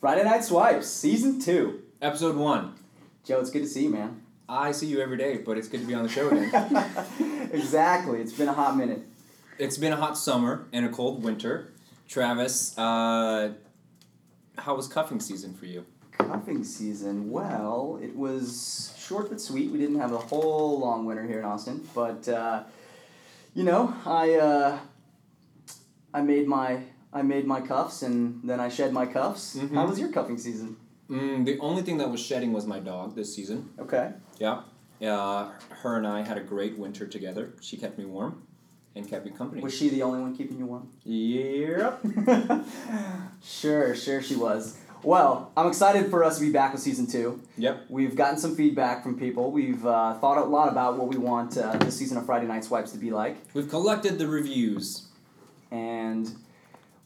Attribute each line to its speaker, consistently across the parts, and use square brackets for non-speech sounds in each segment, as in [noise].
Speaker 1: Friday Night Swipes, Season 2.
Speaker 2: Episode one.
Speaker 1: Joe, it's good to see you, man.
Speaker 2: I see you every day, but it's good to be on the show again.
Speaker 1: [laughs] exactly. It's been a hot minute.
Speaker 2: it's been a hot summer and a cold winter. Travis, uh, how was cuffing season for you?
Speaker 1: Cuffing season. Well, it was short but sweet. We didn't have a whole long winter here in Austin, but uh, you know, I uh, I made my I made my cuffs and then I shed my cuffs.
Speaker 2: Mhm.
Speaker 1: How was your cuffing season?
Speaker 2: Mm, the only thing that was shedding was my dog this season.
Speaker 1: Okay.
Speaker 2: Yeah. Uh, her and I had a great winter together. She kept me warm and kept me company.
Speaker 1: Was she the only one keeping you warm?
Speaker 2: yep.
Speaker 1: [laughs] sure, sure she was. Well, I'm excited for us to be back with season two.
Speaker 2: Yep.
Speaker 1: We've gotten some feedback from people. We've uh, thought a lot about what we want uh, this season of Friday Night Swipes to be like,
Speaker 2: We've collected the reviews.
Speaker 1: and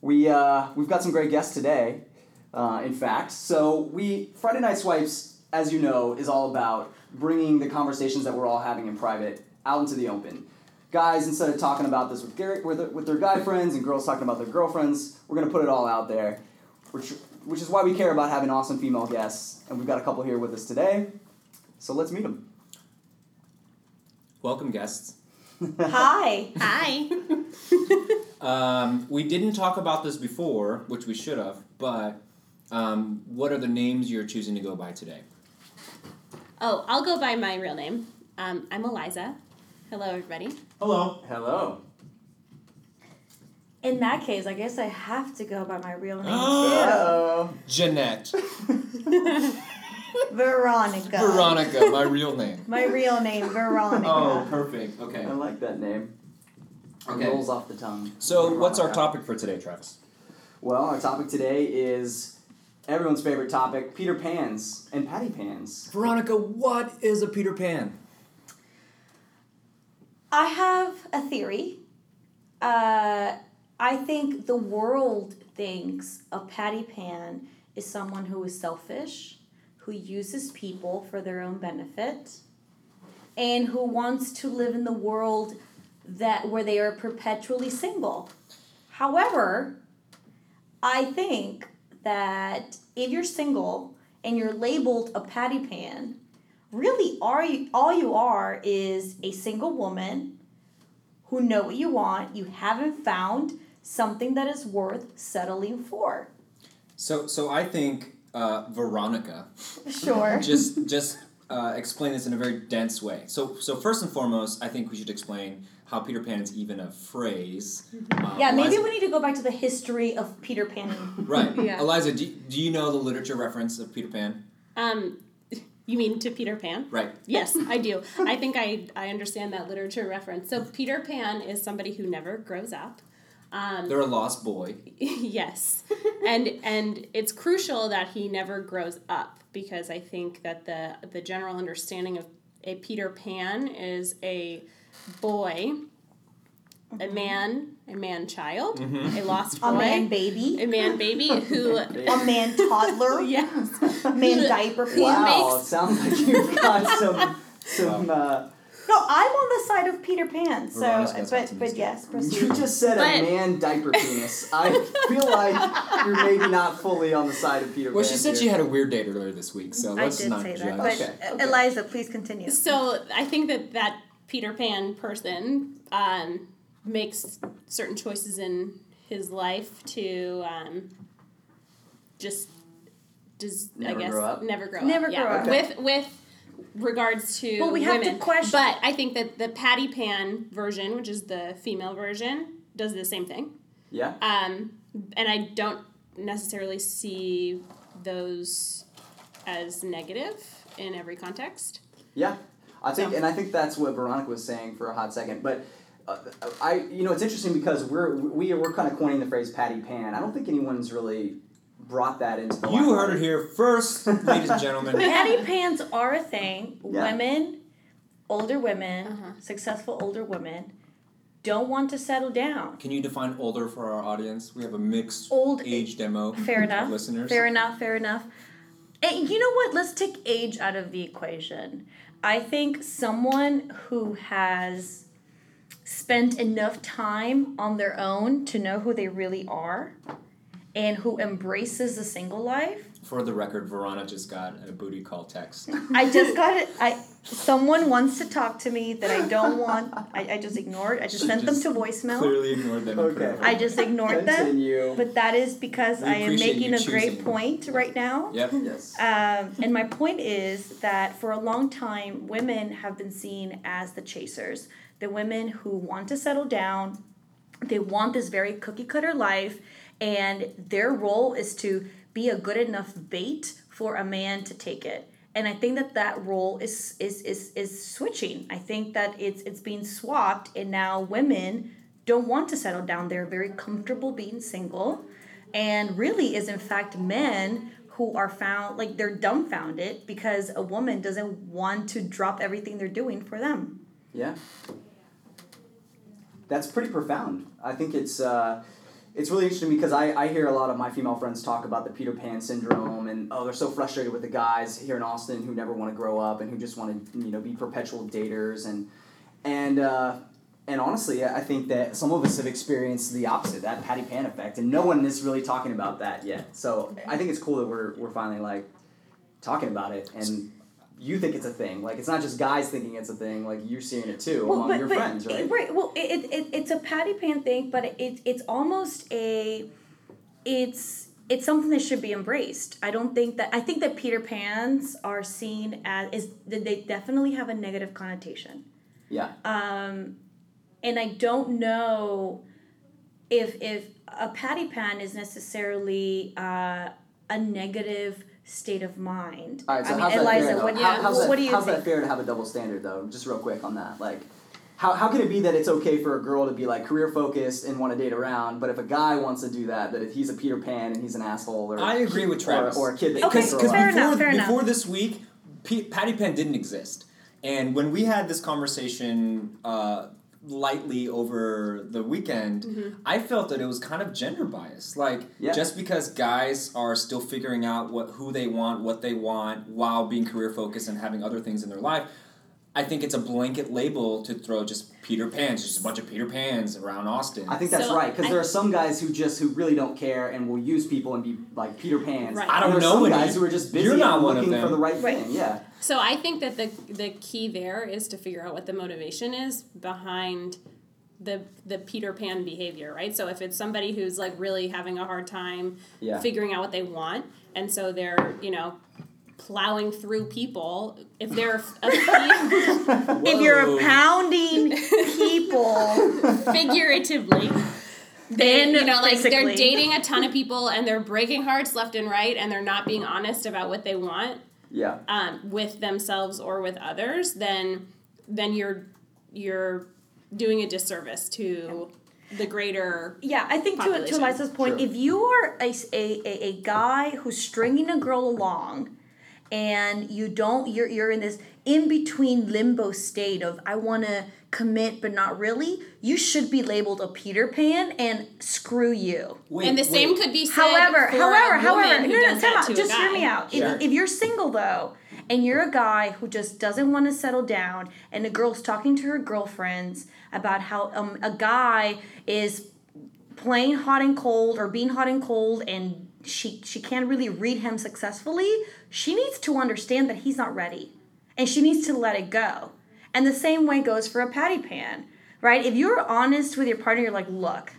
Speaker 1: we uh, we've got some great guests today. Uh, in fact, so we Friday Night Swipes, as you know, is all about bringing the conversations that we're all having in private out into the open. Guys, instead of talking about this with, their- with, their- with their guy friends and girls talking about their girlfriends, we're gonna put it all out there, which which is why we care about having awesome female guests, and we've got a couple here with us today. So let's meet them.
Speaker 2: Welcome, guests.
Speaker 3: Hi.
Speaker 4: Hi. [laughs]
Speaker 2: Um, we didn't talk about this before, which we should have, but um, what are the names you're choosing to go by today?
Speaker 4: Oh, I'll go by my real name. Um, I'm Eliza. Hello, everybody.
Speaker 2: Hello.
Speaker 1: [laughs] Hello.
Speaker 3: In that case, I guess I have to go by my real name
Speaker 1: [gasps] Hello.
Speaker 3: [laughs]
Speaker 2: Jeanette.
Speaker 4: [laughs]
Speaker 3: too. Veronica.
Speaker 2: Veronica, my real
Speaker 3: [laughs]
Speaker 2: name.
Speaker 3: My real name, Veronica.
Speaker 2: Oh, perfect. Okay.
Speaker 1: I like that name. It
Speaker 2: Okay.
Speaker 1: rolls off the tongue.
Speaker 2: So, what's our
Speaker 1: Veronica.
Speaker 2: topic for today, Travis?
Speaker 1: Well, our topic today is everyone's favorite topic: Peter Pan's and Patty Pan's.
Speaker 2: Veronica, what is a Peter Pan?
Speaker 3: I have a theory. Uh, I think the world thinks a patty pan is someone who is selfish, who uses people for their own benefit, and who wants to live in the world that where they are perpetually single. However, I think that if you're single and you're labeled a patty pan, really are you, all you are is a single woman who know what you want you haven't found something that is worth settling for
Speaker 2: So, so I think uh, Veronica [laughs]
Speaker 3: sure
Speaker 2: just
Speaker 3: [laughs]
Speaker 2: just uh, explain this in a very dense way. So so first and foremost, I think we should explain how Peter Pan is even a phrase. Uh,
Speaker 3: Mm-hmm. yeah maybe
Speaker 2: Eliza-
Speaker 3: we need to go back to the history of peter pan
Speaker 2: [laughs] Right,
Speaker 4: Yeah.
Speaker 2: Eliza, do, do you know the literature reference of Peter Pan?
Speaker 4: Um, you mean to Peter Pan?
Speaker 2: Right.
Speaker 4: Yes, I do. I think I, I understand that literature reference. So, Peter Pan is somebody who never grows up. Um,
Speaker 2: They're a lost boy.
Speaker 4: [laughs] yes. And and it's crucial that he never grows up because I think that the the general understanding of a Peter Pan is a boy, a man, a man child, a lost boy,
Speaker 3: Mm-hmm. a man
Speaker 4: a [laughs]
Speaker 3: baby
Speaker 4: man baby who [laughs]
Speaker 3: a man toddler
Speaker 4: yes
Speaker 3: a man diaper pan
Speaker 1: Wow,
Speaker 4: makes-
Speaker 1: it sounds like you've got some some. Uh,
Speaker 3: no i'm on the side of peter pan so
Speaker 2: Veronica's got
Speaker 3: but
Speaker 2: some
Speaker 3: but
Speaker 2: news.
Speaker 3: yes
Speaker 1: you
Speaker 3: proceed
Speaker 1: just said a
Speaker 4: But-
Speaker 1: man diaper penis. I feel like you're maybe not fully on the side of Peter.
Speaker 2: Well,
Speaker 1: Pan
Speaker 2: she said
Speaker 1: here.
Speaker 2: she had a weird date earlier this week, so let's not judge.
Speaker 1: Okay, okay.
Speaker 3: eliza please continue
Speaker 4: so i think that that peter pan person um, makes certain choices in his life to um, just does
Speaker 1: Never
Speaker 4: i guess
Speaker 1: grow up?
Speaker 4: never grow
Speaker 3: Never
Speaker 4: up yeah.
Speaker 3: grow up.
Speaker 4: with with regards to
Speaker 3: Well, we have to
Speaker 4: women.
Speaker 3: question-
Speaker 4: but i think that the patty pan version which is the female version does the same thing
Speaker 1: Yeah.
Speaker 4: um, and I don't necessarily see those as negative in every context.
Speaker 1: Yeah, I think,
Speaker 4: So-
Speaker 1: and I think that's what Veronica was saying for a hot second. But uh, I, you know, it's interesting because we're we we're kind of coining the phrase "patty pan." I don't think anyone's really brought that into
Speaker 3: Oh,
Speaker 1: the.
Speaker 2: You
Speaker 1: limelight.
Speaker 2: heard it here first, ladies and
Speaker 3: [laughs]
Speaker 2: gentlemen.
Speaker 3: Patty pans are a thing.
Speaker 1: Yeah.
Speaker 3: Women, older women,
Speaker 4: Uh-huh.
Speaker 3: successful older women, don't want to settle down.
Speaker 2: Can you define older for our audience? We have a mixed
Speaker 3: Old
Speaker 2: age demo.
Speaker 3: Fair enough.
Speaker 2: Listeners.
Speaker 3: Fair enough. Fair enough. And you know what? Let's take age out of the equation. I think someone who has spent enough time on their own to know who they really are and who embraces the single life.
Speaker 2: For the record, Verona just got a booty call
Speaker 3: [laughs]
Speaker 2: text.
Speaker 3: I just got it. I someone wants to talk to me that I don't want. I, I just ignored. I just
Speaker 2: She
Speaker 3: sent
Speaker 2: just
Speaker 3: them to voicemail.
Speaker 2: Clearly ignored them. and put it
Speaker 1: Okay.
Speaker 2: over.
Speaker 3: I just ignored them.
Speaker 1: Continue.
Speaker 3: But that is because
Speaker 2: We
Speaker 3: I am
Speaker 2: appreciate
Speaker 3: making
Speaker 2: you
Speaker 3: a great
Speaker 2: choosing.
Speaker 3: point right now.
Speaker 2: Yep.
Speaker 1: yes.
Speaker 3: Um, and my point is that for a long time, women have been seen as the chasers, the women who want to settle down, they want this very cookie cutter life, and their role is to be a good enough bait for a man to take it. And I think that that role is is is is switching. I think that it's it's being swapped, and now women don't want to settle down. They're very comfortable being single, and really is in fact men who are found like they're dumbfounded because a woman doesn't want to drop everything they're doing for them.
Speaker 1: Yeah. That's pretty profound. I think it's uh, it's really interesting because I, I hear a lot of my female friends talk about the Peter Pan syndrome and oh they're so frustrated with the guys here in Austin who never want to grow up and who just want to you know be perpetual daters and and uh, and honestly I think that some of us have experienced the opposite that Patty Pan effect and no one is really talking about that yet. So I think it's cool that we're we're finally like talking about it and you think it's a thing. Like it's not just guys thinking it's a thing. Like you're seeing it too among your friends, right?
Speaker 3: it- Well, it, it, it, it's a patty pan thing, but it, it's almost a it's it's something that should be embraced. I don't think that I think that Peter Pans are seen as is that they definitely have a negative connotation.
Speaker 1: Yeah.
Speaker 3: um, and I don't know if if a patty pan is necessarily uh, a negative state of mind.
Speaker 1: All right. So
Speaker 3: I
Speaker 1: how's
Speaker 3: mean,
Speaker 1: that
Speaker 3: Eliza,
Speaker 1: fair? though?
Speaker 3: what,
Speaker 1: How- how's that,
Speaker 3: what do you
Speaker 1: how's
Speaker 3: think?
Speaker 1: that fair to have a double standard though? Just real quick on that, like. How, how can it be that it's okay for a girl to be like career focused and want to date around, but if a guy wants to do that, that if he's a Peter Pan and he's an asshole, or
Speaker 2: I agree with Travis.
Speaker 1: or, or a kid that
Speaker 3: Okay,
Speaker 1: can't grow
Speaker 2: because
Speaker 1: up.
Speaker 3: fair
Speaker 2: before,
Speaker 3: enough, fair enough.
Speaker 2: before this week, P- Patty Pan didn't exist, and when we had this conversation uh, lightly over the weekend,
Speaker 3: Mm-hmm.
Speaker 2: I felt that it was kind of gender biased. Like
Speaker 1: Yeah.
Speaker 2: just because guys are still figuring out what who they want, what they want, while being career focused and having other things in their life. I think it's a blanket label to throw just Peter Pans, just a bunch of Peter Pans around Austin.
Speaker 1: I think that's
Speaker 4: So,
Speaker 1: right because
Speaker 4: I-
Speaker 1: there are some guys who just who really don't care and will use people and be like Peter Pans.
Speaker 4: Right.
Speaker 1: And
Speaker 4: I
Speaker 2: don't
Speaker 1: there are
Speaker 2: know
Speaker 1: some
Speaker 2: any.
Speaker 1: guys who are just busy
Speaker 2: You're not
Speaker 1: and
Speaker 2: one of
Speaker 1: looking for
Speaker 2: them.
Speaker 1: the right,
Speaker 3: Right.
Speaker 1: thing.
Speaker 3: [laughs]
Speaker 1: Yeah. [laughs]
Speaker 4: So I think that the the key there is to figure out what the motivation is behind the the Peter Pan behavior, right? So if it's somebody who's like really having a hard time
Speaker 1: Yeah.
Speaker 4: figuring out what they want, and so they're you know plowing through people, if they're a [laughs] fe-
Speaker 3: If you're
Speaker 2: Whoa.
Speaker 3: pounding
Speaker 1: [laughs]
Speaker 3: people,
Speaker 4: figuratively. They,
Speaker 3: And
Speaker 4: you know, like
Speaker 3: physically.
Speaker 4: they're dating a ton of people and they're breaking hearts left and right, and they're not being honest about what they want.
Speaker 1: Yeah.
Speaker 4: um, with themselves or with others, then then you're you're doing a disservice to the greater.
Speaker 3: yeah, I think to, to
Speaker 4: Population.
Speaker 3: Eliza's point,
Speaker 1: Sure.
Speaker 3: if you are a, s- a, a, a guy who's stringing a girl along and you don't, you're, you're in this in between limbo state of I want to commit but not really, you should be labeled a Peter Pan and screw you.
Speaker 2: Wait,
Speaker 4: and the same
Speaker 2: wait.
Speaker 4: could be said.
Speaker 3: However,
Speaker 4: for
Speaker 3: however,
Speaker 4: a woman
Speaker 3: however,
Speaker 4: who
Speaker 3: no, no, time
Speaker 4: does that
Speaker 3: out.
Speaker 4: to a
Speaker 3: Just hear
Speaker 4: guy.
Speaker 3: me out.
Speaker 2: Sure.
Speaker 3: If, if you're single though, and you're a guy who just doesn't want to settle down, and a girl's talking to her girlfriends about how um, a guy is playing hot and cold or being hot and cold, and she she can't really read him successfully, she needs to understand that he's not ready, and she needs to let it go. And the same way goes for a patty pan, right? If you're honest with your partner, you're like, look.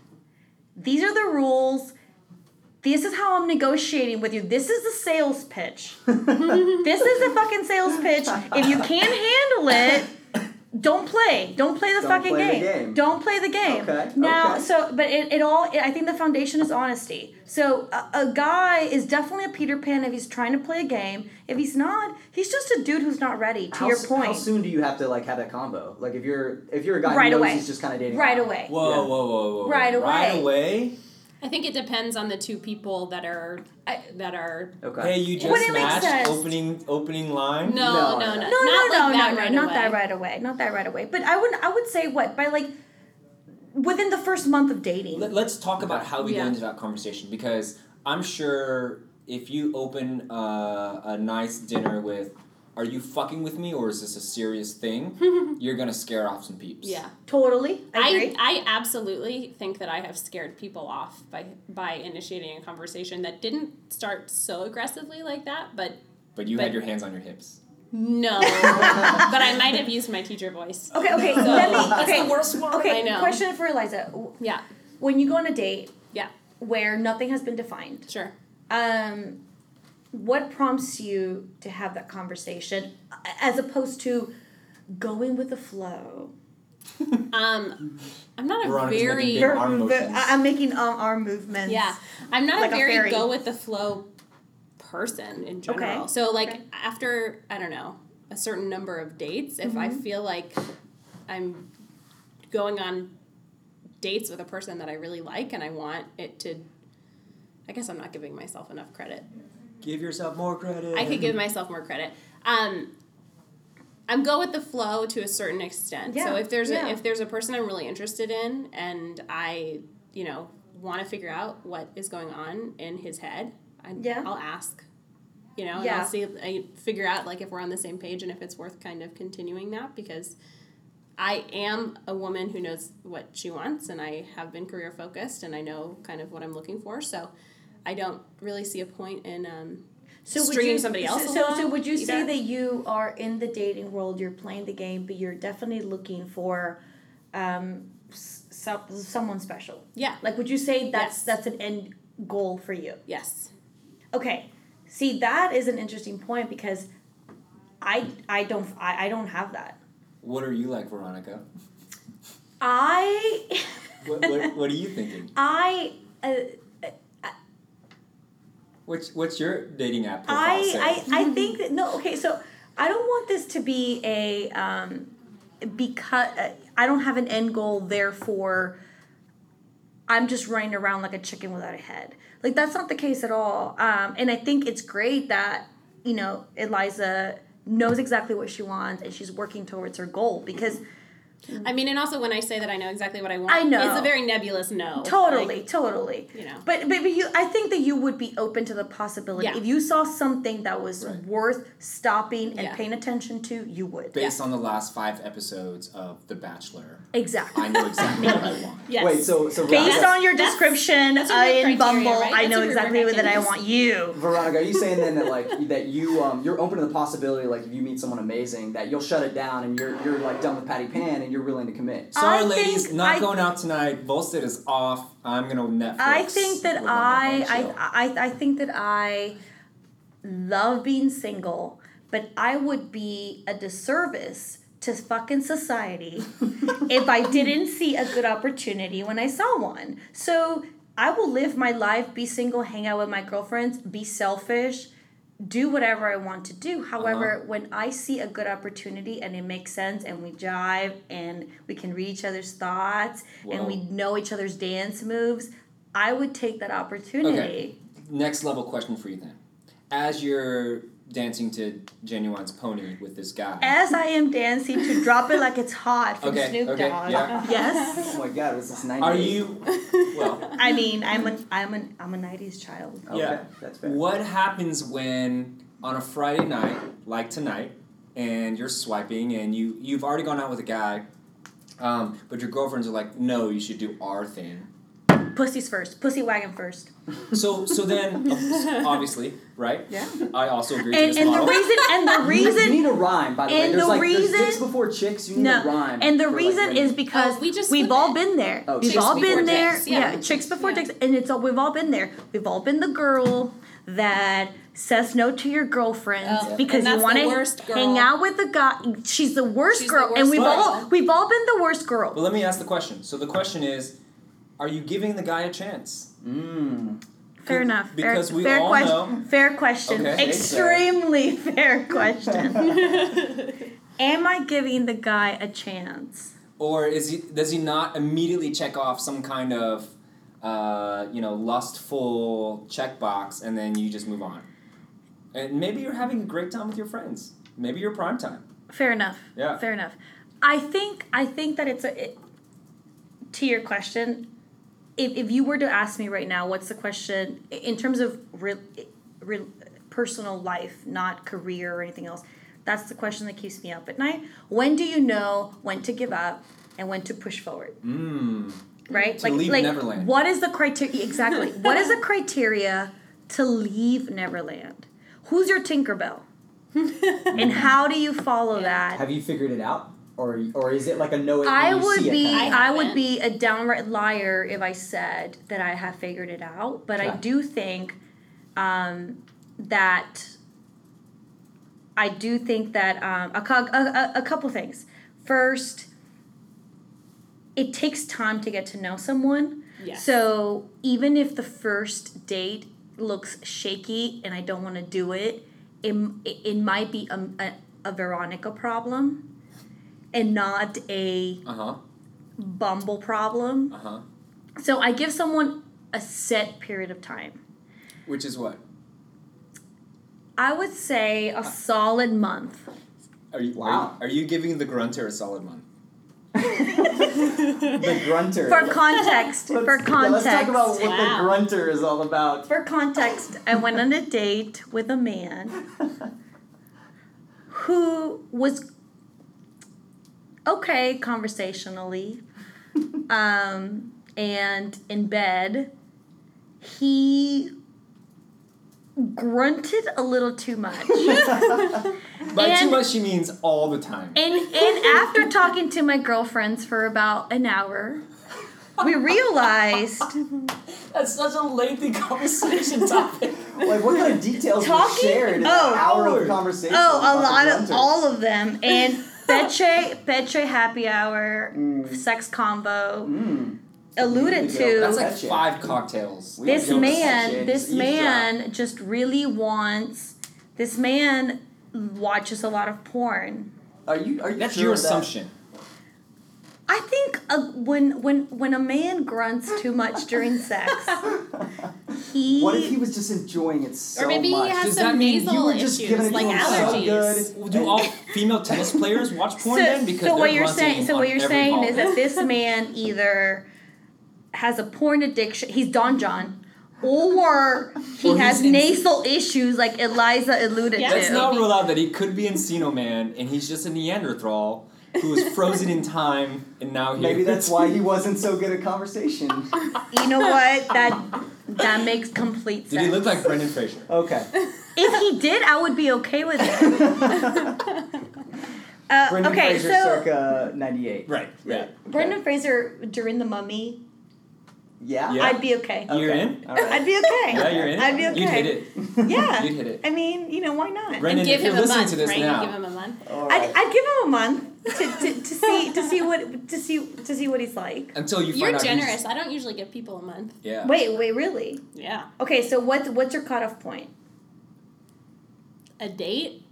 Speaker 3: These are the rules this is how I'm negotiating with you. This is the sales
Speaker 1: [laughs]
Speaker 3: pitch. this is the fucking sales pitch. If you can't handle it, don't play. Don't play the
Speaker 1: Don't
Speaker 3: fucking
Speaker 1: play the
Speaker 3: game.
Speaker 1: game.
Speaker 3: Don't play the game.
Speaker 1: Okay,
Speaker 3: Now,
Speaker 1: okay.
Speaker 3: so but it, it all I think the foundation is honesty. So a, a guy is definitely a Peter Pan if he's trying to play a game. If he's not, he's just a dude who's not ready. To
Speaker 1: how,
Speaker 3: your
Speaker 1: s-
Speaker 3: point,
Speaker 1: How soon do you have to like have that combo? Like if you're if you're a guy
Speaker 3: Right
Speaker 1: who knows
Speaker 3: away.
Speaker 1: he's just kind of dating
Speaker 3: right
Speaker 1: around.
Speaker 3: away.
Speaker 2: Whoa,
Speaker 1: Yeah.
Speaker 2: whoa, whoa, whoa!
Speaker 3: Right
Speaker 2: Right
Speaker 3: away.
Speaker 2: away.
Speaker 4: I think it depends on the two people that are
Speaker 3: I-
Speaker 4: that are.
Speaker 1: Okay.
Speaker 2: Hey, you just
Speaker 3: Wouldn't it make sense?
Speaker 2: matched opening opening line.
Speaker 1: No,
Speaker 4: No, no,
Speaker 1: no,
Speaker 4: no, not
Speaker 3: no, no,
Speaker 4: like
Speaker 3: no,
Speaker 4: that
Speaker 3: no,
Speaker 4: right
Speaker 3: no, not
Speaker 4: away.
Speaker 3: that right away, not that right away. But I would, I would say what by like within the first month of dating.
Speaker 2: Let, us talk about how we
Speaker 4: Yeah.
Speaker 2: got into that conversation because I'm sure if you open uh, a nice dinner with are you fucking with me or is this a serious
Speaker 4: [laughs]
Speaker 2: thing? You're gonna scare off some peeps.
Speaker 4: Yeah.
Speaker 3: Totally. I agree.
Speaker 4: I, I absolutely think that I have scared people off by by initiating a conversation that didn't start so aggressively like that, but
Speaker 2: But you
Speaker 4: But-
Speaker 2: had your hands on your hips.
Speaker 4: no. but I might have used my teacher voice.
Speaker 3: okay, okay.
Speaker 4: So,
Speaker 3: let me.
Speaker 4: that's
Speaker 3: Okay,
Speaker 4: the worst one.
Speaker 3: okay.
Speaker 4: I know.
Speaker 3: Question for Eliza:
Speaker 4: Yeah,
Speaker 3: When you go on a date
Speaker 4: yeah,
Speaker 3: where nothing has been defined,
Speaker 4: sure.
Speaker 3: um, what prompts you to have that conversation as opposed to going with the flow?
Speaker 4: Um, I'm not a
Speaker 2: Veronica's making
Speaker 4: very
Speaker 2: big Your arm
Speaker 3: Your-
Speaker 2: motions.
Speaker 3: I- I'm making um, arm movements.
Speaker 4: Yeah, I'm not
Speaker 3: Like a
Speaker 4: a very
Speaker 3: fairy.
Speaker 4: go with the flow person in general.
Speaker 3: Okay.
Speaker 4: So like
Speaker 3: Okay.
Speaker 4: after I don't know a certain number of dates, if
Speaker 3: Mm-hmm.
Speaker 4: I feel like I'm going on dates with a person that I really like and I want it to, I guess I'm not giving myself enough credit.
Speaker 2: Give yourself more credit.
Speaker 4: I could give myself more credit. Um, I'm go with the flow to a certain extent.
Speaker 3: Yeah,
Speaker 4: So if there's
Speaker 3: yeah.
Speaker 4: a, if there's a person I'm really interested in and I you know want to figure out what is going on in his head, I,
Speaker 3: Yeah.
Speaker 4: I'll ask. You know, and
Speaker 3: Yeah.
Speaker 4: I'll see. if I figure out like if we're on the same page and if it's worth kind of continuing that because I am a woman who knows what she wants, and I have been career focused, and I know kind of what I'm looking for. So I don't really see a point in um,
Speaker 3: So would
Speaker 4: stringing
Speaker 3: you,
Speaker 4: somebody else
Speaker 3: So, so, so
Speaker 4: along
Speaker 3: would you say
Speaker 4: either.
Speaker 3: that you are in the dating world? You're playing the game, but you're definitely looking for um, s- some, someone special.
Speaker 4: yeah.
Speaker 3: Like, would you say that's
Speaker 4: Yes.
Speaker 3: that's an end goal for you?
Speaker 4: Yes.
Speaker 3: Okay. See, that is an interesting point because I I don't I, I don't have that.
Speaker 2: What are you like, Veronica?
Speaker 3: I
Speaker 2: What,
Speaker 3: [laughs]
Speaker 4: [laughs]
Speaker 2: what, what are you thinking?
Speaker 3: I uh,
Speaker 2: What's what's your dating app profile say?
Speaker 3: I, I
Speaker 4: Mm-hmm.
Speaker 3: I think that no. Okay, so I don't want this to be a um, because uh, I don't have an end goal. Therefore, I'm just running around like a chicken without a head. Like that's not the case at all. Um, and I think it's great that you know Eliza knows exactly what she wants and she's working towards her goal because
Speaker 4: I mean, and also when I say that I know exactly what I want,
Speaker 3: Mm. I know.
Speaker 4: it's a very nebulous no.
Speaker 3: totally
Speaker 4: Like,
Speaker 3: totally
Speaker 4: you know.
Speaker 3: but, but but you i think that you would be open to the possibility
Speaker 4: Yeah.
Speaker 3: if you saw something that was
Speaker 2: Right.
Speaker 3: worth stopping and
Speaker 4: Yeah.
Speaker 3: paying attention to you would
Speaker 2: Based on the last five episodes of The Bachelor,
Speaker 3: Exactly.
Speaker 2: I know exactly what
Speaker 4: [laughs]
Speaker 2: I want.
Speaker 4: yes.
Speaker 1: Wait, so so
Speaker 3: Based
Speaker 1: Veronica,
Speaker 3: on your
Speaker 4: That's-
Speaker 3: description
Speaker 4: that's a
Speaker 3: uh,
Speaker 4: rubric
Speaker 3: in
Speaker 4: criteria,
Speaker 3: Bumble,
Speaker 4: right?
Speaker 3: I
Speaker 4: That's
Speaker 3: know
Speaker 4: a rubric
Speaker 3: exactly what that I
Speaker 4: activity.
Speaker 3: want you.
Speaker 1: Veronica, are you saying then that like [laughs] that you um you're open to the possibility like if you meet someone amazing that you'll shut it down and you're you're like done with Patty Pan and you're willing to commit?
Speaker 2: Sorry,
Speaker 3: I
Speaker 2: ladies,
Speaker 3: think
Speaker 2: not
Speaker 3: I-
Speaker 2: going out tonight. Volstead is off. I'm gonna Netflix.
Speaker 3: I think that
Speaker 2: with my
Speaker 3: I,
Speaker 2: Netflix show.
Speaker 3: I I I think that I love being single, but I would be a disservice to
Speaker 2: [laughs]
Speaker 3: fucking society if I didn't see a good opportunity when I saw one. So I will live my life, be single, hang out with my girlfriends, be selfish, do whatever I want to do. However,
Speaker 2: Uh-huh.
Speaker 3: when I see a good opportunity and it makes sense and we jive and we can read each other's thoughts and we
Speaker 2: Wow.
Speaker 3: know each other's dance moves, I would take that opportunity.
Speaker 2: Next level question for you then. As you're dancing to Genuine's pony with this guy.
Speaker 3: As I am dancing to Drop It Like It's Hot from
Speaker 2: Okay,
Speaker 3: Snoop Dogg.
Speaker 2: okay, yeah.
Speaker 3: Yes.
Speaker 1: Oh my God, was this ninety?
Speaker 2: Are
Speaker 3: [laughs]
Speaker 2: you well?
Speaker 3: I mean, I'm an I'm an I'm a '90s child.
Speaker 1: Okay,
Speaker 2: Yeah.
Speaker 1: that's fair.
Speaker 2: What happens when on a Friday night, like tonight, and you're swiping and you you've already gone out with a guy, um, but your girlfriends are like, no, you should do our thing.
Speaker 3: Pussy's first. Pussy wagon first.
Speaker 2: So so
Speaker 3: [laughs]
Speaker 2: then obviously right?
Speaker 4: Yeah.
Speaker 2: I also agree to
Speaker 3: And,
Speaker 2: this
Speaker 3: and the
Speaker 2: model.
Speaker 3: reason and
Speaker 2: [laughs]
Speaker 3: the
Speaker 1: You
Speaker 3: reason
Speaker 1: need a rhyme, by the way.
Speaker 3: And
Speaker 1: There's
Speaker 3: the
Speaker 1: like there's
Speaker 3: reason-
Speaker 1: dicks before chicks. You need a
Speaker 3: no,
Speaker 1: rhyme.
Speaker 3: and the
Speaker 1: for, like,
Speaker 3: reason
Speaker 1: women.
Speaker 3: is because
Speaker 4: Oh, we just
Speaker 3: we've
Speaker 4: flip
Speaker 3: all
Speaker 4: it.
Speaker 3: been there.
Speaker 1: Oh,
Speaker 3: we've
Speaker 1: chicks
Speaker 3: all
Speaker 4: before
Speaker 3: been there.
Speaker 4: dicks, yeah.
Speaker 3: chicks before
Speaker 4: Yeah.
Speaker 3: dicks, and it's all we've all been there. We've all been the girl that says no to your girlfriends
Speaker 4: Oh,
Speaker 3: because
Speaker 4: and
Speaker 3: you
Speaker 4: that's
Speaker 3: want
Speaker 4: the worst
Speaker 3: to
Speaker 4: girl.
Speaker 3: hang out with the guy. She's the worst
Speaker 4: She's the
Speaker 3: girl, and
Speaker 4: worst
Speaker 3: we've
Speaker 2: girl.
Speaker 3: all we've all been the worst girl.
Speaker 2: But let me ask the question. So the question is, are you giving the guy a chance?
Speaker 3: [laughs]
Speaker 1: Mm.
Speaker 3: Fair enough.
Speaker 2: Because
Speaker 3: fair,
Speaker 2: we
Speaker 3: fair
Speaker 2: all
Speaker 3: question.
Speaker 2: know-
Speaker 3: Fair question.
Speaker 2: Okay.
Speaker 3: Extremely [laughs] fair
Speaker 1: [laughs]
Speaker 3: question. Am I giving the guy a chance?
Speaker 2: Or is he does he not immediately check off some kind of uh, you know, lustful checkbox and then you just move on? And maybe you're having a great time with your friends. Maybe you're prime time.
Speaker 3: Fair enough.
Speaker 2: Yeah.
Speaker 3: Fair enough. I think I think that it's a. It, to your question, if, if you were to ask me right now, what's the question in terms of real, real personal life, not career or anything else? That's the question that keeps me up at night. When do you know when to give up and when to push forward?
Speaker 2: Mm.
Speaker 3: right?
Speaker 2: To leave Neverland.
Speaker 3: What is the
Speaker 2: [laughs]
Speaker 3: criteria exactly? what is the criteria to leave Neverland? Who's your Tinkerbell? and
Speaker 2: Mm-hmm.
Speaker 3: how do you follow that?
Speaker 1: Have you figured it out, or or is it like a no? it when
Speaker 3: I
Speaker 1: you
Speaker 3: would
Speaker 1: see it
Speaker 3: be
Speaker 1: [laughs] kind of-
Speaker 3: I, would
Speaker 4: haven't.
Speaker 3: be a downright liar if I said that I have figured it out, but I
Speaker 1: Okay.
Speaker 3: do think um, that I do think that um, a, cou- a, a, a couple things. First, it takes time to get to know someone. [laughs]
Speaker 4: Yes.
Speaker 3: So even if the first date looks shaky and I don't want to do it, it, it might be a, a, a Veronica problem and not a
Speaker 2: Uh huh.
Speaker 3: Bumble problem.
Speaker 2: Uh huh.
Speaker 3: So I give someone a set period of time.
Speaker 2: Which is what?
Speaker 3: I would say a solid month.
Speaker 2: Are you?
Speaker 1: Wow.
Speaker 2: Are you, are you giving the grunter a solid month?
Speaker 3: [laughs]
Speaker 1: the grunter.
Speaker 3: For
Speaker 1: [laughs]
Speaker 3: context,
Speaker 1: Let's-
Speaker 3: for
Speaker 1: yeah,
Speaker 3: context.
Speaker 1: let's talk about what
Speaker 4: Wow.
Speaker 1: the grunter is all about.
Speaker 3: For context, I went on a date with a
Speaker 1: [laughs]
Speaker 3: man who was okay
Speaker 1: [laughs]
Speaker 3: conversationally um, and in bed. He grunted a little too much.
Speaker 2: By
Speaker 3: And-
Speaker 2: too much, she means all the time.
Speaker 3: And, and after talking to my girlfriends for about an hour, we
Speaker 1: [laughs]
Speaker 3: realized
Speaker 2: That's such a lengthy [laughs] conversation topic.
Speaker 1: Like what kind of details were
Speaker 3: Talking-
Speaker 1: shared in
Speaker 3: Oh.
Speaker 1: an hour of conversation? about
Speaker 3: Oh, a
Speaker 1: the
Speaker 3: lot of
Speaker 1: grunter?
Speaker 3: all of them. And
Speaker 1: [laughs]
Speaker 3: Peche Peche happy hour,
Speaker 1: Mm.
Speaker 3: sex combo alluded
Speaker 1: Here we
Speaker 3: to
Speaker 1: go.
Speaker 2: That's like
Speaker 1: Gotcha.
Speaker 2: five cocktails.
Speaker 1: We
Speaker 3: this
Speaker 1: don't do
Speaker 3: man
Speaker 1: Peche,
Speaker 3: this
Speaker 1: just
Speaker 3: man just really wants this man watches a lot of porn.
Speaker 1: Are you? Are you
Speaker 2: That's
Speaker 1: sure
Speaker 2: your
Speaker 1: of that?
Speaker 2: assumption.
Speaker 3: I think uh when when when a man grunts too much
Speaker 1: [laughs]
Speaker 3: during sex, he
Speaker 1: What if he was just enjoying it so
Speaker 4: or maybe
Speaker 1: much?
Speaker 4: he has
Speaker 2: Does that
Speaker 4: some
Speaker 2: mean you
Speaker 4: nasal
Speaker 1: were just giving
Speaker 4: issues,
Speaker 1: it
Speaker 4: like
Speaker 1: to him so
Speaker 2: [laughs]
Speaker 4: allergies.
Speaker 1: good?
Speaker 2: Do all female tennis players watch porn then? Because
Speaker 3: so what
Speaker 2: they're
Speaker 3: you're
Speaker 2: grunting
Speaker 3: saying so
Speaker 2: on
Speaker 3: what you're
Speaker 2: every
Speaker 3: saying
Speaker 2: ball.
Speaker 3: is
Speaker 2: [laughs]
Speaker 3: that this man either has a porn addiction he's don john or he
Speaker 2: Or he's
Speaker 3: has
Speaker 2: in-
Speaker 3: nasal issues like eliza alluded
Speaker 4: Yeah.
Speaker 3: to
Speaker 2: Let's
Speaker 4: That's
Speaker 2: not
Speaker 4: Maybe.
Speaker 2: rule out that he could be Encino Man and he's just a Neanderthal who is frozen in time and now here.
Speaker 1: Maybe that's why he wasn't so good at conversation.
Speaker 3: [laughs] you know what that that makes complete sense
Speaker 2: Did he look like Brendan Fraser?
Speaker 1: Okay.
Speaker 3: if he did i would be okay with
Speaker 2: [laughs]
Speaker 3: it uh,
Speaker 1: Brendan
Speaker 3: okay
Speaker 1: Fraser
Speaker 3: so
Speaker 1: circa 98.
Speaker 2: Right.
Speaker 1: Yeah.
Speaker 3: brendan fraser during the mummy
Speaker 1: Yeah?
Speaker 2: Yeah.
Speaker 3: i'd be okay
Speaker 1: Okay.
Speaker 2: You're in.
Speaker 1: All right.
Speaker 3: i'd be okay
Speaker 2: Yeah, you're in.
Speaker 3: i'd be okay
Speaker 2: You'd hit it.
Speaker 3: yeah
Speaker 2: You'd hit it.
Speaker 3: i mean you know why not
Speaker 2: Brendan,
Speaker 4: And give
Speaker 2: if you're
Speaker 4: him a
Speaker 2: listening
Speaker 4: month,
Speaker 2: to this
Speaker 4: right?
Speaker 2: now,
Speaker 4: Give him a
Speaker 1: [laughs]
Speaker 4: month.
Speaker 1: All
Speaker 3: I'd,
Speaker 1: right.
Speaker 3: I'd give him a month to, to, to see to see what to see to see what he's like.
Speaker 2: until you find
Speaker 4: You're
Speaker 2: out. he's-
Speaker 4: generous. I don't usually give people a month.
Speaker 2: Yeah.
Speaker 3: Wait, wait, really?
Speaker 4: Yeah.
Speaker 3: Okay, so what's what's your cutoff point?
Speaker 4: A date,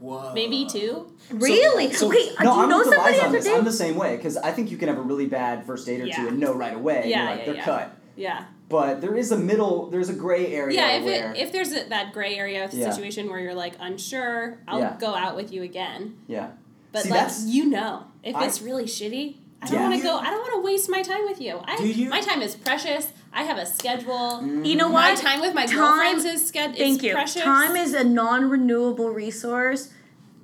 Speaker 2: Whoa.
Speaker 4: maybe two.
Speaker 3: Really?
Speaker 2: so-
Speaker 3: okay, do
Speaker 1: no,
Speaker 3: you
Speaker 1: I'm
Speaker 3: know
Speaker 1: with the
Speaker 3: somebody
Speaker 1: Liza on
Speaker 3: after
Speaker 1: this. I'm the
Speaker 3: date?
Speaker 1: same way because I think you can have a really bad first date or
Speaker 4: Yeah.
Speaker 1: two and know right away.
Speaker 4: Yeah,
Speaker 1: you're like,
Speaker 4: yeah,
Speaker 1: they're
Speaker 4: yeah.
Speaker 1: cut.
Speaker 4: Yeah.
Speaker 1: But there is a middle. There's a gray area.
Speaker 4: Yeah. If
Speaker 1: where,
Speaker 4: it, if there's a, that gray area of
Speaker 1: Yeah.
Speaker 4: situation where you're like unsure, I'll
Speaker 1: Yeah.
Speaker 4: go out with you again.
Speaker 1: yeah.
Speaker 4: But
Speaker 1: See,
Speaker 4: like
Speaker 1: that's
Speaker 4: you know, if
Speaker 1: I-
Speaker 4: it's really shitty, I don't
Speaker 1: Yeah.
Speaker 4: want to go. I don't want to waste my time with you. I
Speaker 2: Do you-
Speaker 4: my time is precious. I have a schedule.
Speaker 1: Mm,
Speaker 3: You know
Speaker 4: My
Speaker 3: what?
Speaker 4: time with my
Speaker 3: Time-
Speaker 4: girlfriends is scheduled.
Speaker 3: Thank you.
Speaker 4: Precious.
Speaker 3: Time is a non-renewable resource.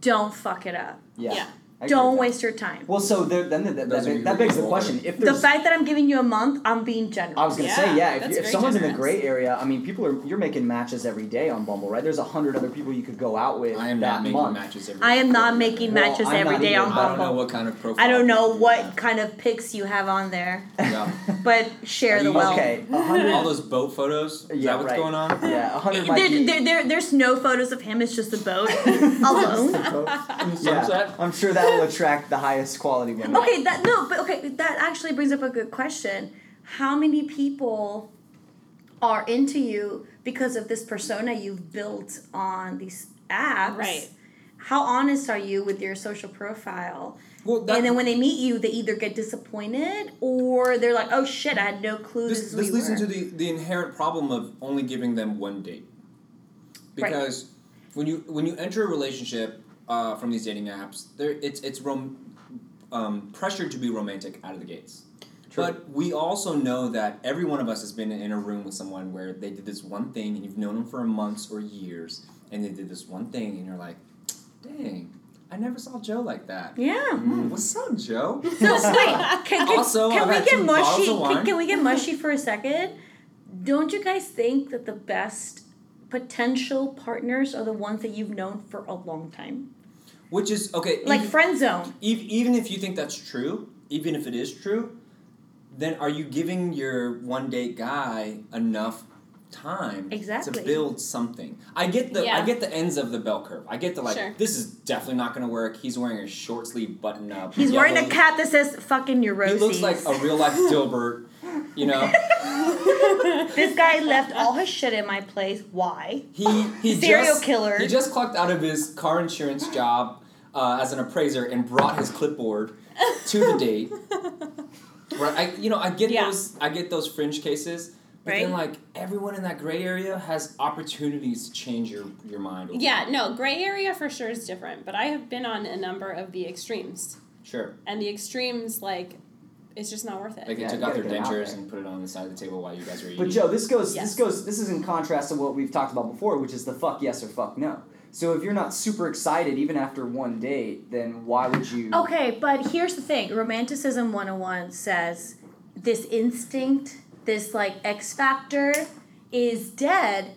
Speaker 3: Don't fuck it up.
Speaker 1: yeah.
Speaker 4: yeah.
Speaker 1: I agree
Speaker 3: Don't
Speaker 1: with that.
Speaker 3: waste your time.
Speaker 1: Well, so there, then that, that,
Speaker 2: Those
Speaker 1: that,
Speaker 2: are your
Speaker 1: that begs the
Speaker 2: people.
Speaker 1: question: if
Speaker 3: The
Speaker 1: there's,
Speaker 3: fact that I'm giving you a month, I'm being generous.
Speaker 1: I was gonna say,
Speaker 4: Yeah,
Speaker 1: yeah, if,
Speaker 4: that's
Speaker 1: you, if
Speaker 4: very
Speaker 1: someone's in the
Speaker 4: generous.
Speaker 1: gray area, I mean, people are you're making matches every day on Bumble, right? There's a hundred other people you could go out with
Speaker 2: I am
Speaker 1: that
Speaker 2: not making
Speaker 1: month.
Speaker 2: matches every
Speaker 3: I am not
Speaker 2: day.
Speaker 3: making
Speaker 1: Well,
Speaker 3: matches
Speaker 1: I'm
Speaker 3: every
Speaker 1: not
Speaker 3: day
Speaker 1: either.
Speaker 3: on
Speaker 2: I don't know
Speaker 3: Bumble.
Speaker 2: what kind of profile.
Speaker 3: I don't know
Speaker 2: you
Speaker 3: what
Speaker 2: have.
Speaker 3: kind of pics you have on there, [laughs]
Speaker 2: Yeah.
Speaker 3: but share the
Speaker 2: you-
Speaker 3: wealth.
Speaker 1: Okay,
Speaker 3: [laughs]
Speaker 1: a hundred.
Speaker 2: All those boat photos. Is
Speaker 1: yeah,
Speaker 2: that what's
Speaker 1: right.
Speaker 2: going on?
Speaker 1: [laughs] Yeah, a hundred might
Speaker 3: There,
Speaker 1: be. [laughs]
Speaker 3: there, there, there's no photos of him. It's just a boat alone. Mm-hmm.
Speaker 1: yeah,
Speaker 2: Sunset?
Speaker 1: I'm sure that will attract the highest quality women.
Speaker 3: Okay, that no, but okay, that actually brings up a good question. How many people are into you because of this persona you've built on these apps?
Speaker 4: Right.
Speaker 3: How honest are you with your social profile?
Speaker 2: Well, that,
Speaker 3: and then when they meet you, they either get disappointed or they're like, "Oh shit, I had no clue
Speaker 2: this,
Speaker 3: this, is who
Speaker 2: this
Speaker 3: you
Speaker 2: leads
Speaker 3: were."
Speaker 2: into the, the inherent problem of only giving them one date
Speaker 3: Right.
Speaker 2: because when you when you enter a relationship uh, from these dating apps there it's it's rom- um, pressured to be romantic out of the gates
Speaker 1: True.
Speaker 2: but we also know that every one of us has been in a room with someone where they did this one thing and you've known them for months or years and they did this one thing and you're like Dang. I never saw Joe like that. Hmm,
Speaker 3: Yeah.
Speaker 2: What's up,
Speaker 3: [laughs]
Speaker 2: Joe? [laughs]
Speaker 3: So wait, can, can,
Speaker 2: Also,
Speaker 3: can
Speaker 2: I've
Speaker 3: we
Speaker 2: had
Speaker 3: get
Speaker 2: some bottles
Speaker 3: mushy?
Speaker 2: of
Speaker 3: Can,
Speaker 2: wine.
Speaker 3: can we get mushy for a second? Don't you guys think that the best potential partners are the ones that you've known for a long time,
Speaker 2: Which is okay.
Speaker 3: like
Speaker 2: even,
Speaker 3: friend zone?
Speaker 2: ev- even if you think that's true, even if it is true, then are you giving your one date guy enough time
Speaker 3: Exactly.
Speaker 2: to build something? I get the I
Speaker 4: Yeah.
Speaker 2: get the ends of the bell curve. I get the like
Speaker 4: Sure.
Speaker 2: this is definitely not going to work. He's wearing a short sleeve button up.
Speaker 3: He's wearing a
Speaker 2: yellow-
Speaker 3: cap that says "fucking
Speaker 2: He
Speaker 3: neuroses."
Speaker 2: looks like a
Speaker 3: [laughs]
Speaker 2: real life Dilbert, you know.
Speaker 3: this guy left all his shit in my place. Why?
Speaker 2: He he
Speaker 3: Serial
Speaker 2: just,
Speaker 3: killer.
Speaker 2: He just clocked out of his car insurance job uh, as an appraiser and brought his clipboard to the date. Right, I you know I get
Speaker 4: Yeah.
Speaker 2: those I get those fringe cases, but then
Speaker 3: Right.
Speaker 2: like everyone in that gray area has opportunities to change your your mind. over.
Speaker 4: Yeah, no, gray area for sure is different, but I have been on a number of the extremes.
Speaker 2: sure.
Speaker 4: And the extremes, like, it's just not worth it.
Speaker 2: Like
Speaker 1: Yeah,
Speaker 2: they took
Speaker 1: you
Speaker 2: out
Speaker 1: gotta
Speaker 2: their
Speaker 1: get it out
Speaker 2: dentures
Speaker 1: there.
Speaker 2: and put it on the side of the table while you guys were eating.
Speaker 1: But Joe, this goes this
Speaker 4: Yes.
Speaker 1: goes this is in contrast to what we've talked about before, which is the fuck yes or fuck no. So if you're not super excited even after one date, then why would you
Speaker 3: Okay, but here's the thing Romanticism 101 says this instinct, this like X factor is dead.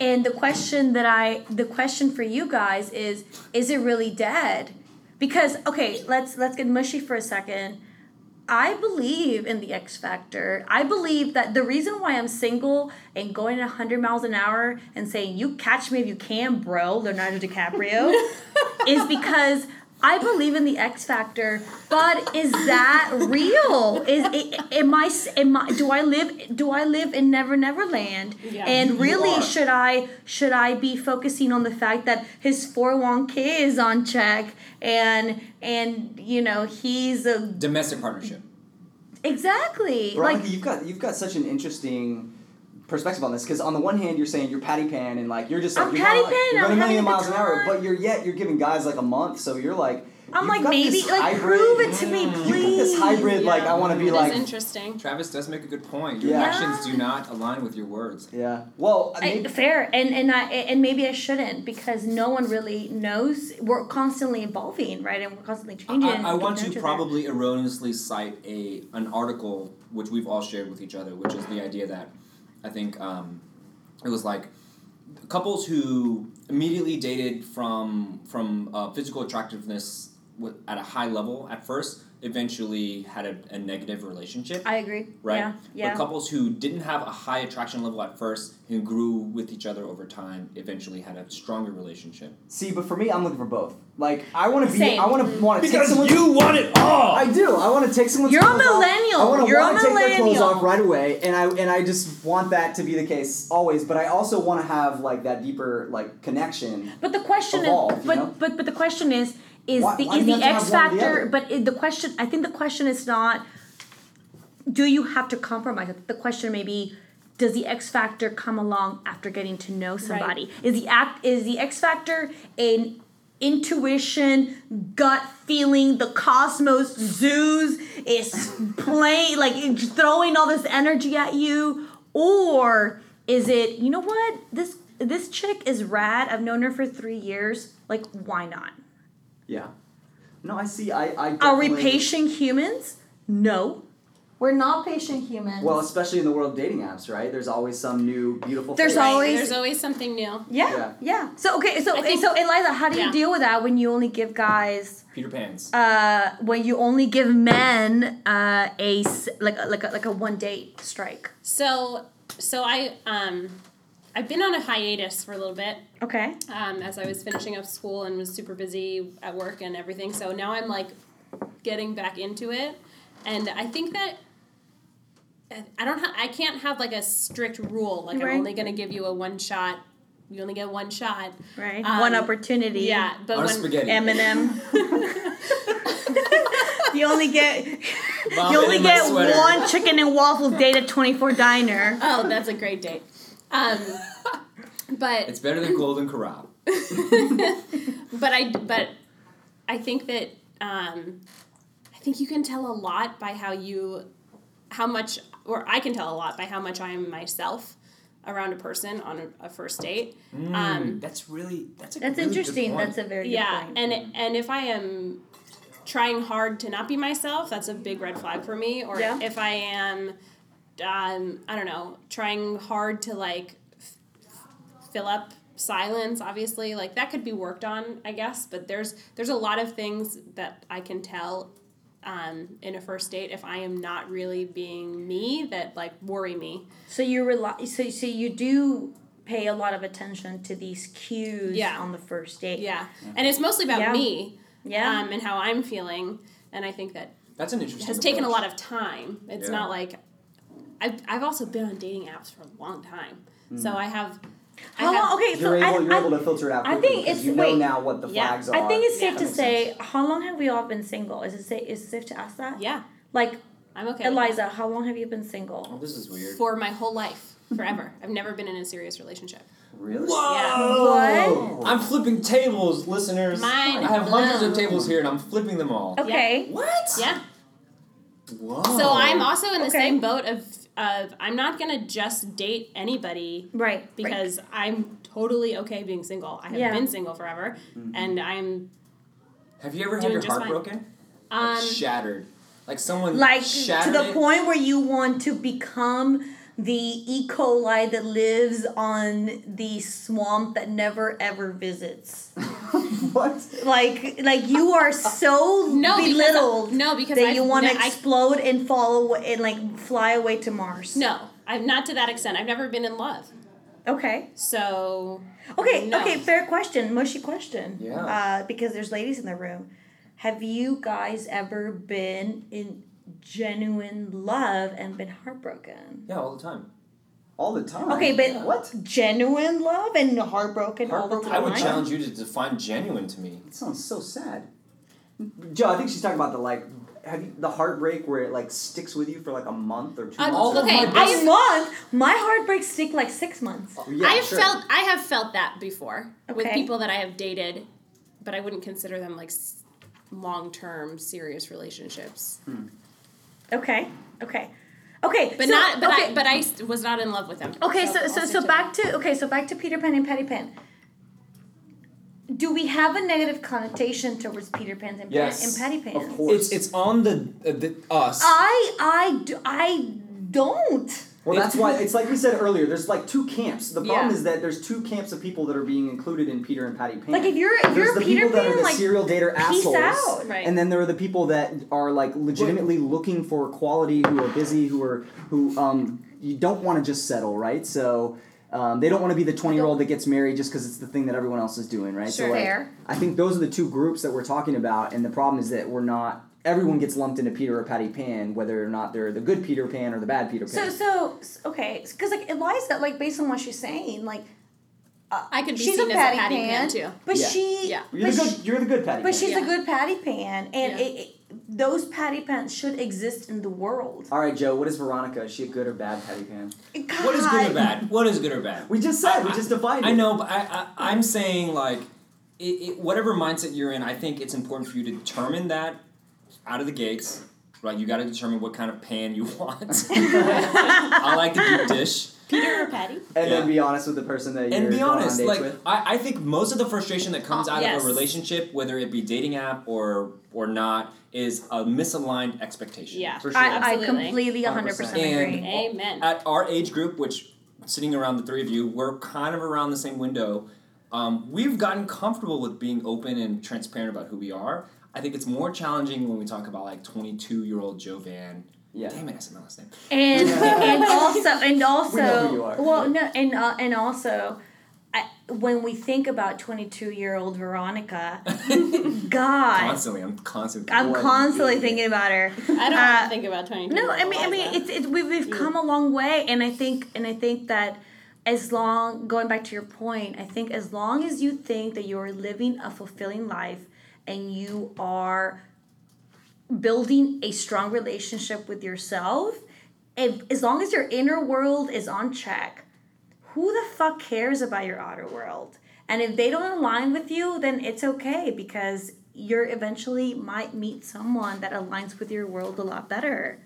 Speaker 3: And the question that I, the question for you guys is, is it really dead? Because okay, let's let's get mushy for a second. I believe in the X Factor. I believe that the reason why I'm single and going at 100 miles an hour and saying, you catch me if you can, bro, Leonardo
Speaker 2: [laughs]
Speaker 3: DiCaprio, is because I believe in the X Factor. But is that real? Is i- am I, s- am I do I live do I live in Never Never Land?
Speaker 4: Yeah.
Speaker 3: And
Speaker 2: You
Speaker 3: really,
Speaker 2: are.
Speaker 3: should I should I be focusing on the fact that his 401k is on check and and you know he's a
Speaker 2: domestic partnership.
Speaker 3: Exactly.
Speaker 1: Veronica,
Speaker 3: like
Speaker 1: you've got you've got such an interesting perspective on this because on the one hand you're saying you're patty pan and like you're just like
Speaker 3: I'm
Speaker 1: you're,
Speaker 3: patty
Speaker 1: going,
Speaker 3: pan,
Speaker 1: you're going
Speaker 3: I'm
Speaker 1: a million
Speaker 3: having a
Speaker 1: miles
Speaker 3: good
Speaker 1: an hour,
Speaker 3: time.
Speaker 1: but you're yet you're giving guys like a month, so you're like
Speaker 3: I'm
Speaker 1: you've
Speaker 3: like
Speaker 1: got
Speaker 3: maybe
Speaker 1: this
Speaker 3: like
Speaker 1: hybrid, Mm.
Speaker 3: prove it to
Speaker 1: [laughs]
Speaker 3: me,
Speaker 1: You've got
Speaker 3: please.
Speaker 1: this hybrid like I want to be
Speaker 4: It is
Speaker 1: like
Speaker 4: interesting.
Speaker 2: Travis does make a good point. Your
Speaker 1: Yeah.
Speaker 2: actions do not align with your words.
Speaker 1: yeah. Well, I
Speaker 3: I,
Speaker 1: mean,
Speaker 3: fair and and I and maybe I shouldn't because no one really knows. We're constantly evolving, right? And we're constantly changing.
Speaker 2: I,
Speaker 3: and
Speaker 2: I
Speaker 3: we
Speaker 2: want
Speaker 3: get
Speaker 2: to
Speaker 3: nurtured.
Speaker 2: probably erroneously cite a an article which we've all shared with each other, which is the idea that I think um, it was like couples who immediately dated from from uh, physical attractiveness wi- at a high level at first, eventually had a, a negative relationship
Speaker 3: I agree.
Speaker 2: right?
Speaker 3: Yeah.
Speaker 2: But
Speaker 3: Yeah.
Speaker 2: couples who didn't have a high attraction level at first and grew with each other over time eventually had a stronger relationship.
Speaker 1: see, but for me, I'm looking for both. Like I want to be,
Speaker 3: Same.
Speaker 1: I want to
Speaker 4: [laughs]
Speaker 1: want to take someone.
Speaker 2: want it all.
Speaker 1: I do. I want to take someone's.
Speaker 3: You're a
Speaker 1: clothes off.
Speaker 3: millennial.
Speaker 1: I want to
Speaker 3: You're a
Speaker 1: want to take their clothes
Speaker 3: millennial.
Speaker 1: off right away, and I and I just want that to be the case always. But I also want to have like that deeper like connection.
Speaker 3: But the question
Speaker 1: Evolve,
Speaker 3: is,
Speaker 1: you
Speaker 3: but,
Speaker 1: know?
Speaker 3: but but the question is, is
Speaker 1: Why-
Speaker 3: the
Speaker 1: why
Speaker 3: is
Speaker 1: do you
Speaker 3: the
Speaker 1: have to
Speaker 3: X
Speaker 1: have one or the
Speaker 3: factor?
Speaker 1: other?
Speaker 3: But it, the question, I think the question is not, do you have to compromise? The question may be, does the X factor come along after getting to know somebody? Is the act is the X factor an intuition, gut feeling, the cosmos, zoos is playing like it's throwing all this energy at you, or is it you know what this this chick is rad? I've known her for three years. Like why not?
Speaker 1: Yeah. No, I see. I I.
Speaker 3: Are we
Speaker 1: definitely-
Speaker 3: patient humans? No, we're not patient humans.
Speaker 1: Well, especially in the world of dating apps, right? There's always some new beautiful.
Speaker 3: There's
Speaker 1: thing.
Speaker 3: always-
Speaker 4: There's always something new.
Speaker 1: Yeah.
Speaker 3: Yeah, yeah. So okay, so
Speaker 4: I think-
Speaker 3: so Eliza, how do you
Speaker 4: Yeah.
Speaker 3: deal with that when you only give guys
Speaker 2: Peter Pan's.
Speaker 3: uh when you only give men uh a s- like a, like a, like a one date strike?
Speaker 4: So, so I, um, I've been on a hiatus for a little bit
Speaker 3: Okay.
Speaker 4: um, as I was finishing up school and was super busy at work and everything. So now I'm like getting back into it, and I think that I- I don't ha- I can't have like a strict rule like
Speaker 3: Right.
Speaker 4: I'm only gonna give you a one shot. You only get one shot.
Speaker 3: Right.
Speaker 4: Um,
Speaker 3: one opportunity.
Speaker 4: Yeah, but
Speaker 2: On a
Speaker 4: when
Speaker 2: spaghetti.
Speaker 3: [laughs] Eminem. you only get
Speaker 2: Vomit
Speaker 3: you only
Speaker 2: in my
Speaker 3: get
Speaker 2: sweater.
Speaker 3: one chicken and waffle date at 24 diner.
Speaker 4: oh, that's a great date.
Speaker 2: [laughs]
Speaker 4: Um, but
Speaker 2: It's better than Golden Corral.
Speaker 4: [laughs] but I but I think that um, I think you can tell a lot by how you how much or I can tell a lot by how much I am myself. around a person on a, a first date.
Speaker 2: Mm,
Speaker 4: Um,
Speaker 2: that's really that's a
Speaker 3: That's
Speaker 2: really good
Speaker 3: interesting.
Speaker 2: point.
Speaker 3: That's a very
Speaker 4: yeah,
Speaker 3: good point.
Speaker 4: and and if I am trying hard to not be myself, that's a big red flag for me. Or
Speaker 3: Yeah.
Speaker 4: if I am, um, I don't know, trying hard to like f- f- fill up silence. Obviously, like that could be worked on, I guess. But there's there's a lot of things that I can tell. Um, in a first date, if I am not really being me, that like worry me.
Speaker 3: so you rely. So so you do pay a lot of attention to these cues
Speaker 4: Yeah.
Speaker 3: on the first date.
Speaker 4: Yeah, and it's mostly about
Speaker 3: Yeah.
Speaker 4: me
Speaker 3: Yeah.
Speaker 4: um, and how I'm feeling. And I think that
Speaker 2: That's an interesting.
Speaker 4: has taken a
Speaker 2: approach.
Speaker 4: lot of time. It's
Speaker 2: Yeah.
Speaker 4: not like I've, I've also been on dating apps for a long time, so
Speaker 2: Hmm.
Speaker 4: I have. I
Speaker 3: How
Speaker 4: have-
Speaker 3: long? Okay. So
Speaker 1: You're able,
Speaker 3: I,
Speaker 1: you're
Speaker 3: I,
Speaker 1: able to filter it out.
Speaker 3: I
Speaker 1: quickly
Speaker 3: think
Speaker 1: because
Speaker 3: it's-
Speaker 1: you know
Speaker 3: wait.
Speaker 1: now what the
Speaker 4: Yeah.
Speaker 1: flags are.
Speaker 3: I think it's
Speaker 1: That
Speaker 3: safe to
Speaker 1: makes
Speaker 3: say.
Speaker 1: sense.
Speaker 3: How long have we all been single? Is it safe? Is it safe to ask that?
Speaker 4: Yeah,
Speaker 3: Like
Speaker 4: I'm okay. with
Speaker 3: Eliza, how long have you been single?
Speaker 2: Oh, this is
Speaker 4: that.
Speaker 2: weird.
Speaker 4: for my whole life, forever. I've never been in a serious relationship.
Speaker 1: Really?
Speaker 3: Whoa!
Speaker 2: I'm flipping tables, listeners.
Speaker 4: Mine
Speaker 2: I have hundreds of
Speaker 4: blown.
Speaker 2: tables here, and I'm flipping them all.
Speaker 3: Okay.
Speaker 2: What?
Speaker 4: Yeah.
Speaker 2: Whoa.
Speaker 4: So I'm also in the
Speaker 3: Okay.
Speaker 4: same boat of of I'm not gonna just date anybody
Speaker 3: Right. right.
Speaker 4: because I'm totally okay being single. I have
Speaker 3: Yeah.
Speaker 4: been single forever,
Speaker 2: Mm-hmm.
Speaker 4: and I'm
Speaker 2: Have you ever had
Speaker 4: doing
Speaker 2: your
Speaker 4: just
Speaker 2: heart
Speaker 4: fine.
Speaker 2: broken?
Speaker 4: um
Speaker 2: like shattered. Like someone
Speaker 3: like to
Speaker 2: shattered
Speaker 3: the
Speaker 2: it?
Speaker 3: point where you want to become the E. coli that lives on the swamp that never ever visits.
Speaker 1: [laughs] What? [laughs]
Speaker 3: Like, like you
Speaker 4: [laughs]
Speaker 3: are so
Speaker 4: no because I-
Speaker 3: belittled
Speaker 4: no because
Speaker 3: that
Speaker 4: I've
Speaker 3: you want to
Speaker 4: ne- I
Speaker 3: explode and fall away and like fly away to Mars.
Speaker 4: No, I'm not to that extent. I've never been in love.
Speaker 3: Okay.
Speaker 4: So
Speaker 3: Okay.
Speaker 4: No.
Speaker 3: Okay. Fair question. Mushy question.
Speaker 2: Yeah.
Speaker 3: Uh, because there's ladies in the room. Have you guys ever been in genuine love and been heartbroken?
Speaker 2: Yeah, all the time.
Speaker 1: All the time.
Speaker 3: Okay, but
Speaker 1: what?
Speaker 3: Genuine love and heartbroken all the
Speaker 1: Heartbroken?
Speaker 2: I
Speaker 3: time.
Speaker 2: would challenge you to define genuine to me.
Speaker 1: That sounds so sad. Joe, I think she's talking about the like, have you, the heartbreak where it like sticks with you for like a month or two
Speaker 4: Um,
Speaker 1: months. or
Speaker 4: okay,
Speaker 1: something?
Speaker 4: I
Speaker 3: a month, my heartbreaks stick like six months.
Speaker 1: Yeah,
Speaker 4: I have
Speaker 1: sure.
Speaker 4: felt I have felt that before with
Speaker 3: Okay.
Speaker 4: people that I have dated, but I wouldn't consider them like long term serious relationships.
Speaker 1: Hmm.
Speaker 3: Okay, okay, okay.
Speaker 4: But
Speaker 3: so-
Speaker 4: not but
Speaker 3: okay.
Speaker 4: I but I s- was not in love with them.
Speaker 3: Okay, so
Speaker 4: I'll
Speaker 3: so
Speaker 4: stick
Speaker 3: so
Speaker 4: to
Speaker 3: back to okay, so back to Peter Pan and Patty Pan. Do we have a negative connotation towards Peter Pan and,
Speaker 2: Yes,
Speaker 3: Pat- and Patty Pan?
Speaker 1: Of course.
Speaker 2: It's it's on the, uh, the us.
Speaker 4: Oh,
Speaker 3: I I do, I don't.
Speaker 1: well, that's
Speaker 3: [laughs]
Speaker 1: why it's like we said earlier. There's like two camps. The problem
Speaker 4: Yeah.
Speaker 1: is that there's two camps of people that are being included in Peter and Patty Pan.
Speaker 3: Like, if you're- if
Speaker 1: there's
Speaker 3: you're
Speaker 1: the
Speaker 3: Peter
Speaker 1: people that
Speaker 3: Pan,
Speaker 1: are the
Speaker 3: like,
Speaker 1: serial dater
Speaker 3: peace
Speaker 1: assholes,
Speaker 3: out.
Speaker 4: Right.
Speaker 1: and then there are the people that are like legitimately looking for quality, who are busy, who are who um you don't want to just settle, right? So. Um, they don't want to be the 20 year old that gets married just because it's the thing that everyone else is doing, right?
Speaker 3: Sure.
Speaker 1: So, like,
Speaker 3: Fair.
Speaker 1: I think those are the two groups that we're talking about, and the problem is that we're not. Everyone gets lumped into Peter or Patty Pan, whether or not they're the good Peter Pan or the bad Peter Pan.
Speaker 3: So so s- okay, because like Eliza, like based on what she's saying, like
Speaker 4: I could be
Speaker 3: she's
Speaker 4: seen
Speaker 3: a
Speaker 4: as
Speaker 3: Patty,
Speaker 4: a patty
Speaker 3: Pan,
Speaker 4: pan, too.
Speaker 3: but
Speaker 1: Yeah.
Speaker 3: she
Speaker 4: Yeah.
Speaker 1: You're
Speaker 3: but
Speaker 1: the
Speaker 3: she-
Speaker 1: good. You're the good Patty.
Speaker 3: But she's a
Speaker 4: Yeah.
Speaker 3: good patty pan, and
Speaker 4: Yeah.
Speaker 3: it, it, those patty pans should exist in the world.
Speaker 1: All right, Joe. What is Veronica? Is she a good or bad Patty Pan?
Speaker 2: what is good
Speaker 3: God.
Speaker 2: or bad? What is good or bad?
Speaker 1: We just said. we just defined
Speaker 2: I
Speaker 1: it.
Speaker 2: know, but I, I I'm saying like, it, it, whatever mindset you're in, I think it's important for you to determine that out of the gates. Right, you got to determine what kind of pan you [laughs] want. I like the deep dish.
Speaker 4: Peter or Patty?
Speaker 1: And then
Speaker 2: Yeah.
Speaker 1: be honest with the person that you're
Speaker 2: and be
Speaker 1: going
Speaker 2: honest,
Speaker 1: on dates
Speaker 2: like
Speaker 1: with.
Speaker 2: I, I think most of the frustration that comes
Speaker 4: Oh,
Speaker 2: out of
Speaker 4: yes.
Speaker 2: a relationship, whether it be dating app or or not, is a misaligned expectation.
Speaker 4: Yeah.
Speaker 1: For sure.
Speaker 3: I, I
Speaker 4: Absolutely.
Speaker 3: completely 100%
Speaker 1: 100%.
Speaker 3: agree.
Speaker 2: And-
Speaker 4: Amen.
Speaker 2: At our age group, which sitting around the three of you, we're kind of around the same window. Um, we've gotten comfortable with being open and transparent about who we are. I think it's more challenging when we talk about like 22 year old Jovan.
Speaker 1: Yeah.
Speaker 2: Damn it, I said my last name.
Speaker 3: And, and also, and also,
Speaker 1: We know who you are.
Speaker 3: well, no, and, uh, and also, I, when we think about 22 year old
Speaker 1: [laughs]
Speaker 3: Veronica, [laughs]
Speaker 2: [laughs]
Speaker 3: God,
Speaker 2: Constantly, I'm constantly.
Speaker 3: I'm
Speaker 1: Boy,
Speaker 3: constantly
Speaker 1: dude.
Speaker 3: thinking about her.
Speaker 4: I
Speaker 3: uh,
Speaker 4: don't wanna think about twenty.
Speaker 3: No, I mean, I mean, it's it, we, we've come a long way, and I think, and I think that as long going back to your point, I think as long as you think that you're living a fulfilling life and you are building a strong relationship with yourself, if, as long as your inner world is on check, who the fuck cares about your outer world? And if they don't align with you, then it's okay because you're eventually might meet someone that aligns with your world a lot better.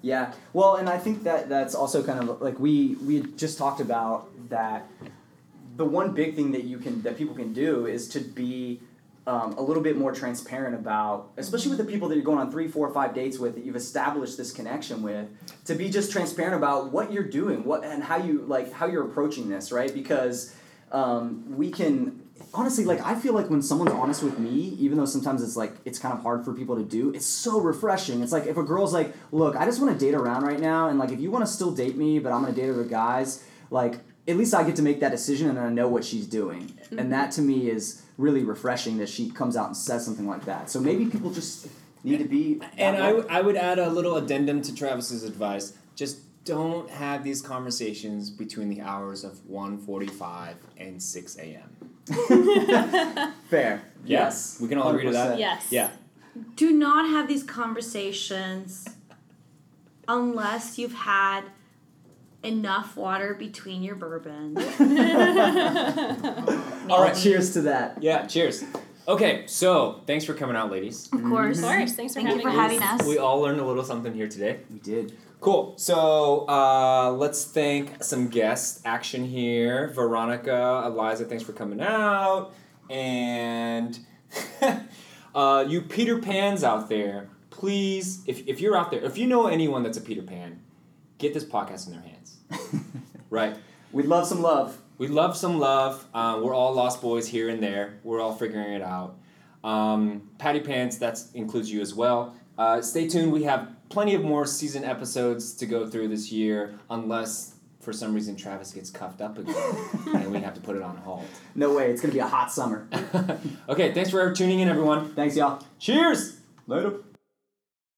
Speaker 1: Yeah. Well, and I think that that's also kind of like we we had just talked about that the one big thing that you can that people can do is to be um, a little bit more transparent about, especially with the people that you're going on three, four, five dates with that you've established this connection with, to be just transparent about what you're doing, what and how you like how you're approaching this, right? Because um, we can honestly like I feel like when someone's honest with me, even though sometimes it's like it's kind of hard for people to do, it's so refreshing. It's like if a girl's like, "Look, I just want to date around right now, and like if you want to still date me, but I'm gonna date other guys," like at least I get to make that decision and I know what she's doing. And that to me is really refreshing that she comes out and says something like that. So maybe people just need to be.
Speaker 2: And
Speaker 1: that
Speaker 2: I,
Speaker 1: way.
Speaker 2: w- I would add a little addendum to Travis's advice. Just don't have these conversations between the hours of 1.45 and 6 a.m.
Speaker 1: [laughs] fair.
Speaker 2: Yeah,
Speaker 1: Yes.
Speaker 2: we can all agree to that.
Speaker 1: 100%.
Speaker 4: Yes. [laughs]
Speaker 2: Yeah.
Speaker 3: Do not have these conversations unless you've had enough water between your bourbon.
Speaker 1: All right. Cheers to that.
Speaker 2: Yeah, cheers. Okay, so thanks for coming out, ladies.
Speaker 3: Of course.
Speaker 4: Of course. Thanks for
Speaker 3: Thank you
Speaker 4: having
Speaker 3: for
Speaker 4: us.
Speaker 3: having us.
Speaker 2: We all learned a little something here today.
Speaker 1: We did.
Speaker 2: Cool. So uh, let's thank some guests. Action here. Veronica, Eliza, thanks for coming out. And [laughs] uh, you Peter Pans out there, please, if, if you're out there, if you know anyone that's a Peter Pan, get this podcast in their hands. right?
Speaker 1: We'd love some love.
Speaker 2: We love some love. Uh, we're all lost boys here and there. We're all figuring it out. Um, Patty Pants, that includes you as well. Uh, stay tuned. We have plenty of more season episodes to go through this year, unless for some reason Travis gets cuffed up again and we have to put it on hold.
Speaker 1: No way. It's gonna be a hot summer.
Speaker 2: okay, thanks for tuning in, everyone.
Speaker 1: Thanks, y'all.
Speaker 2: Cheers!
Speaker 1: Later.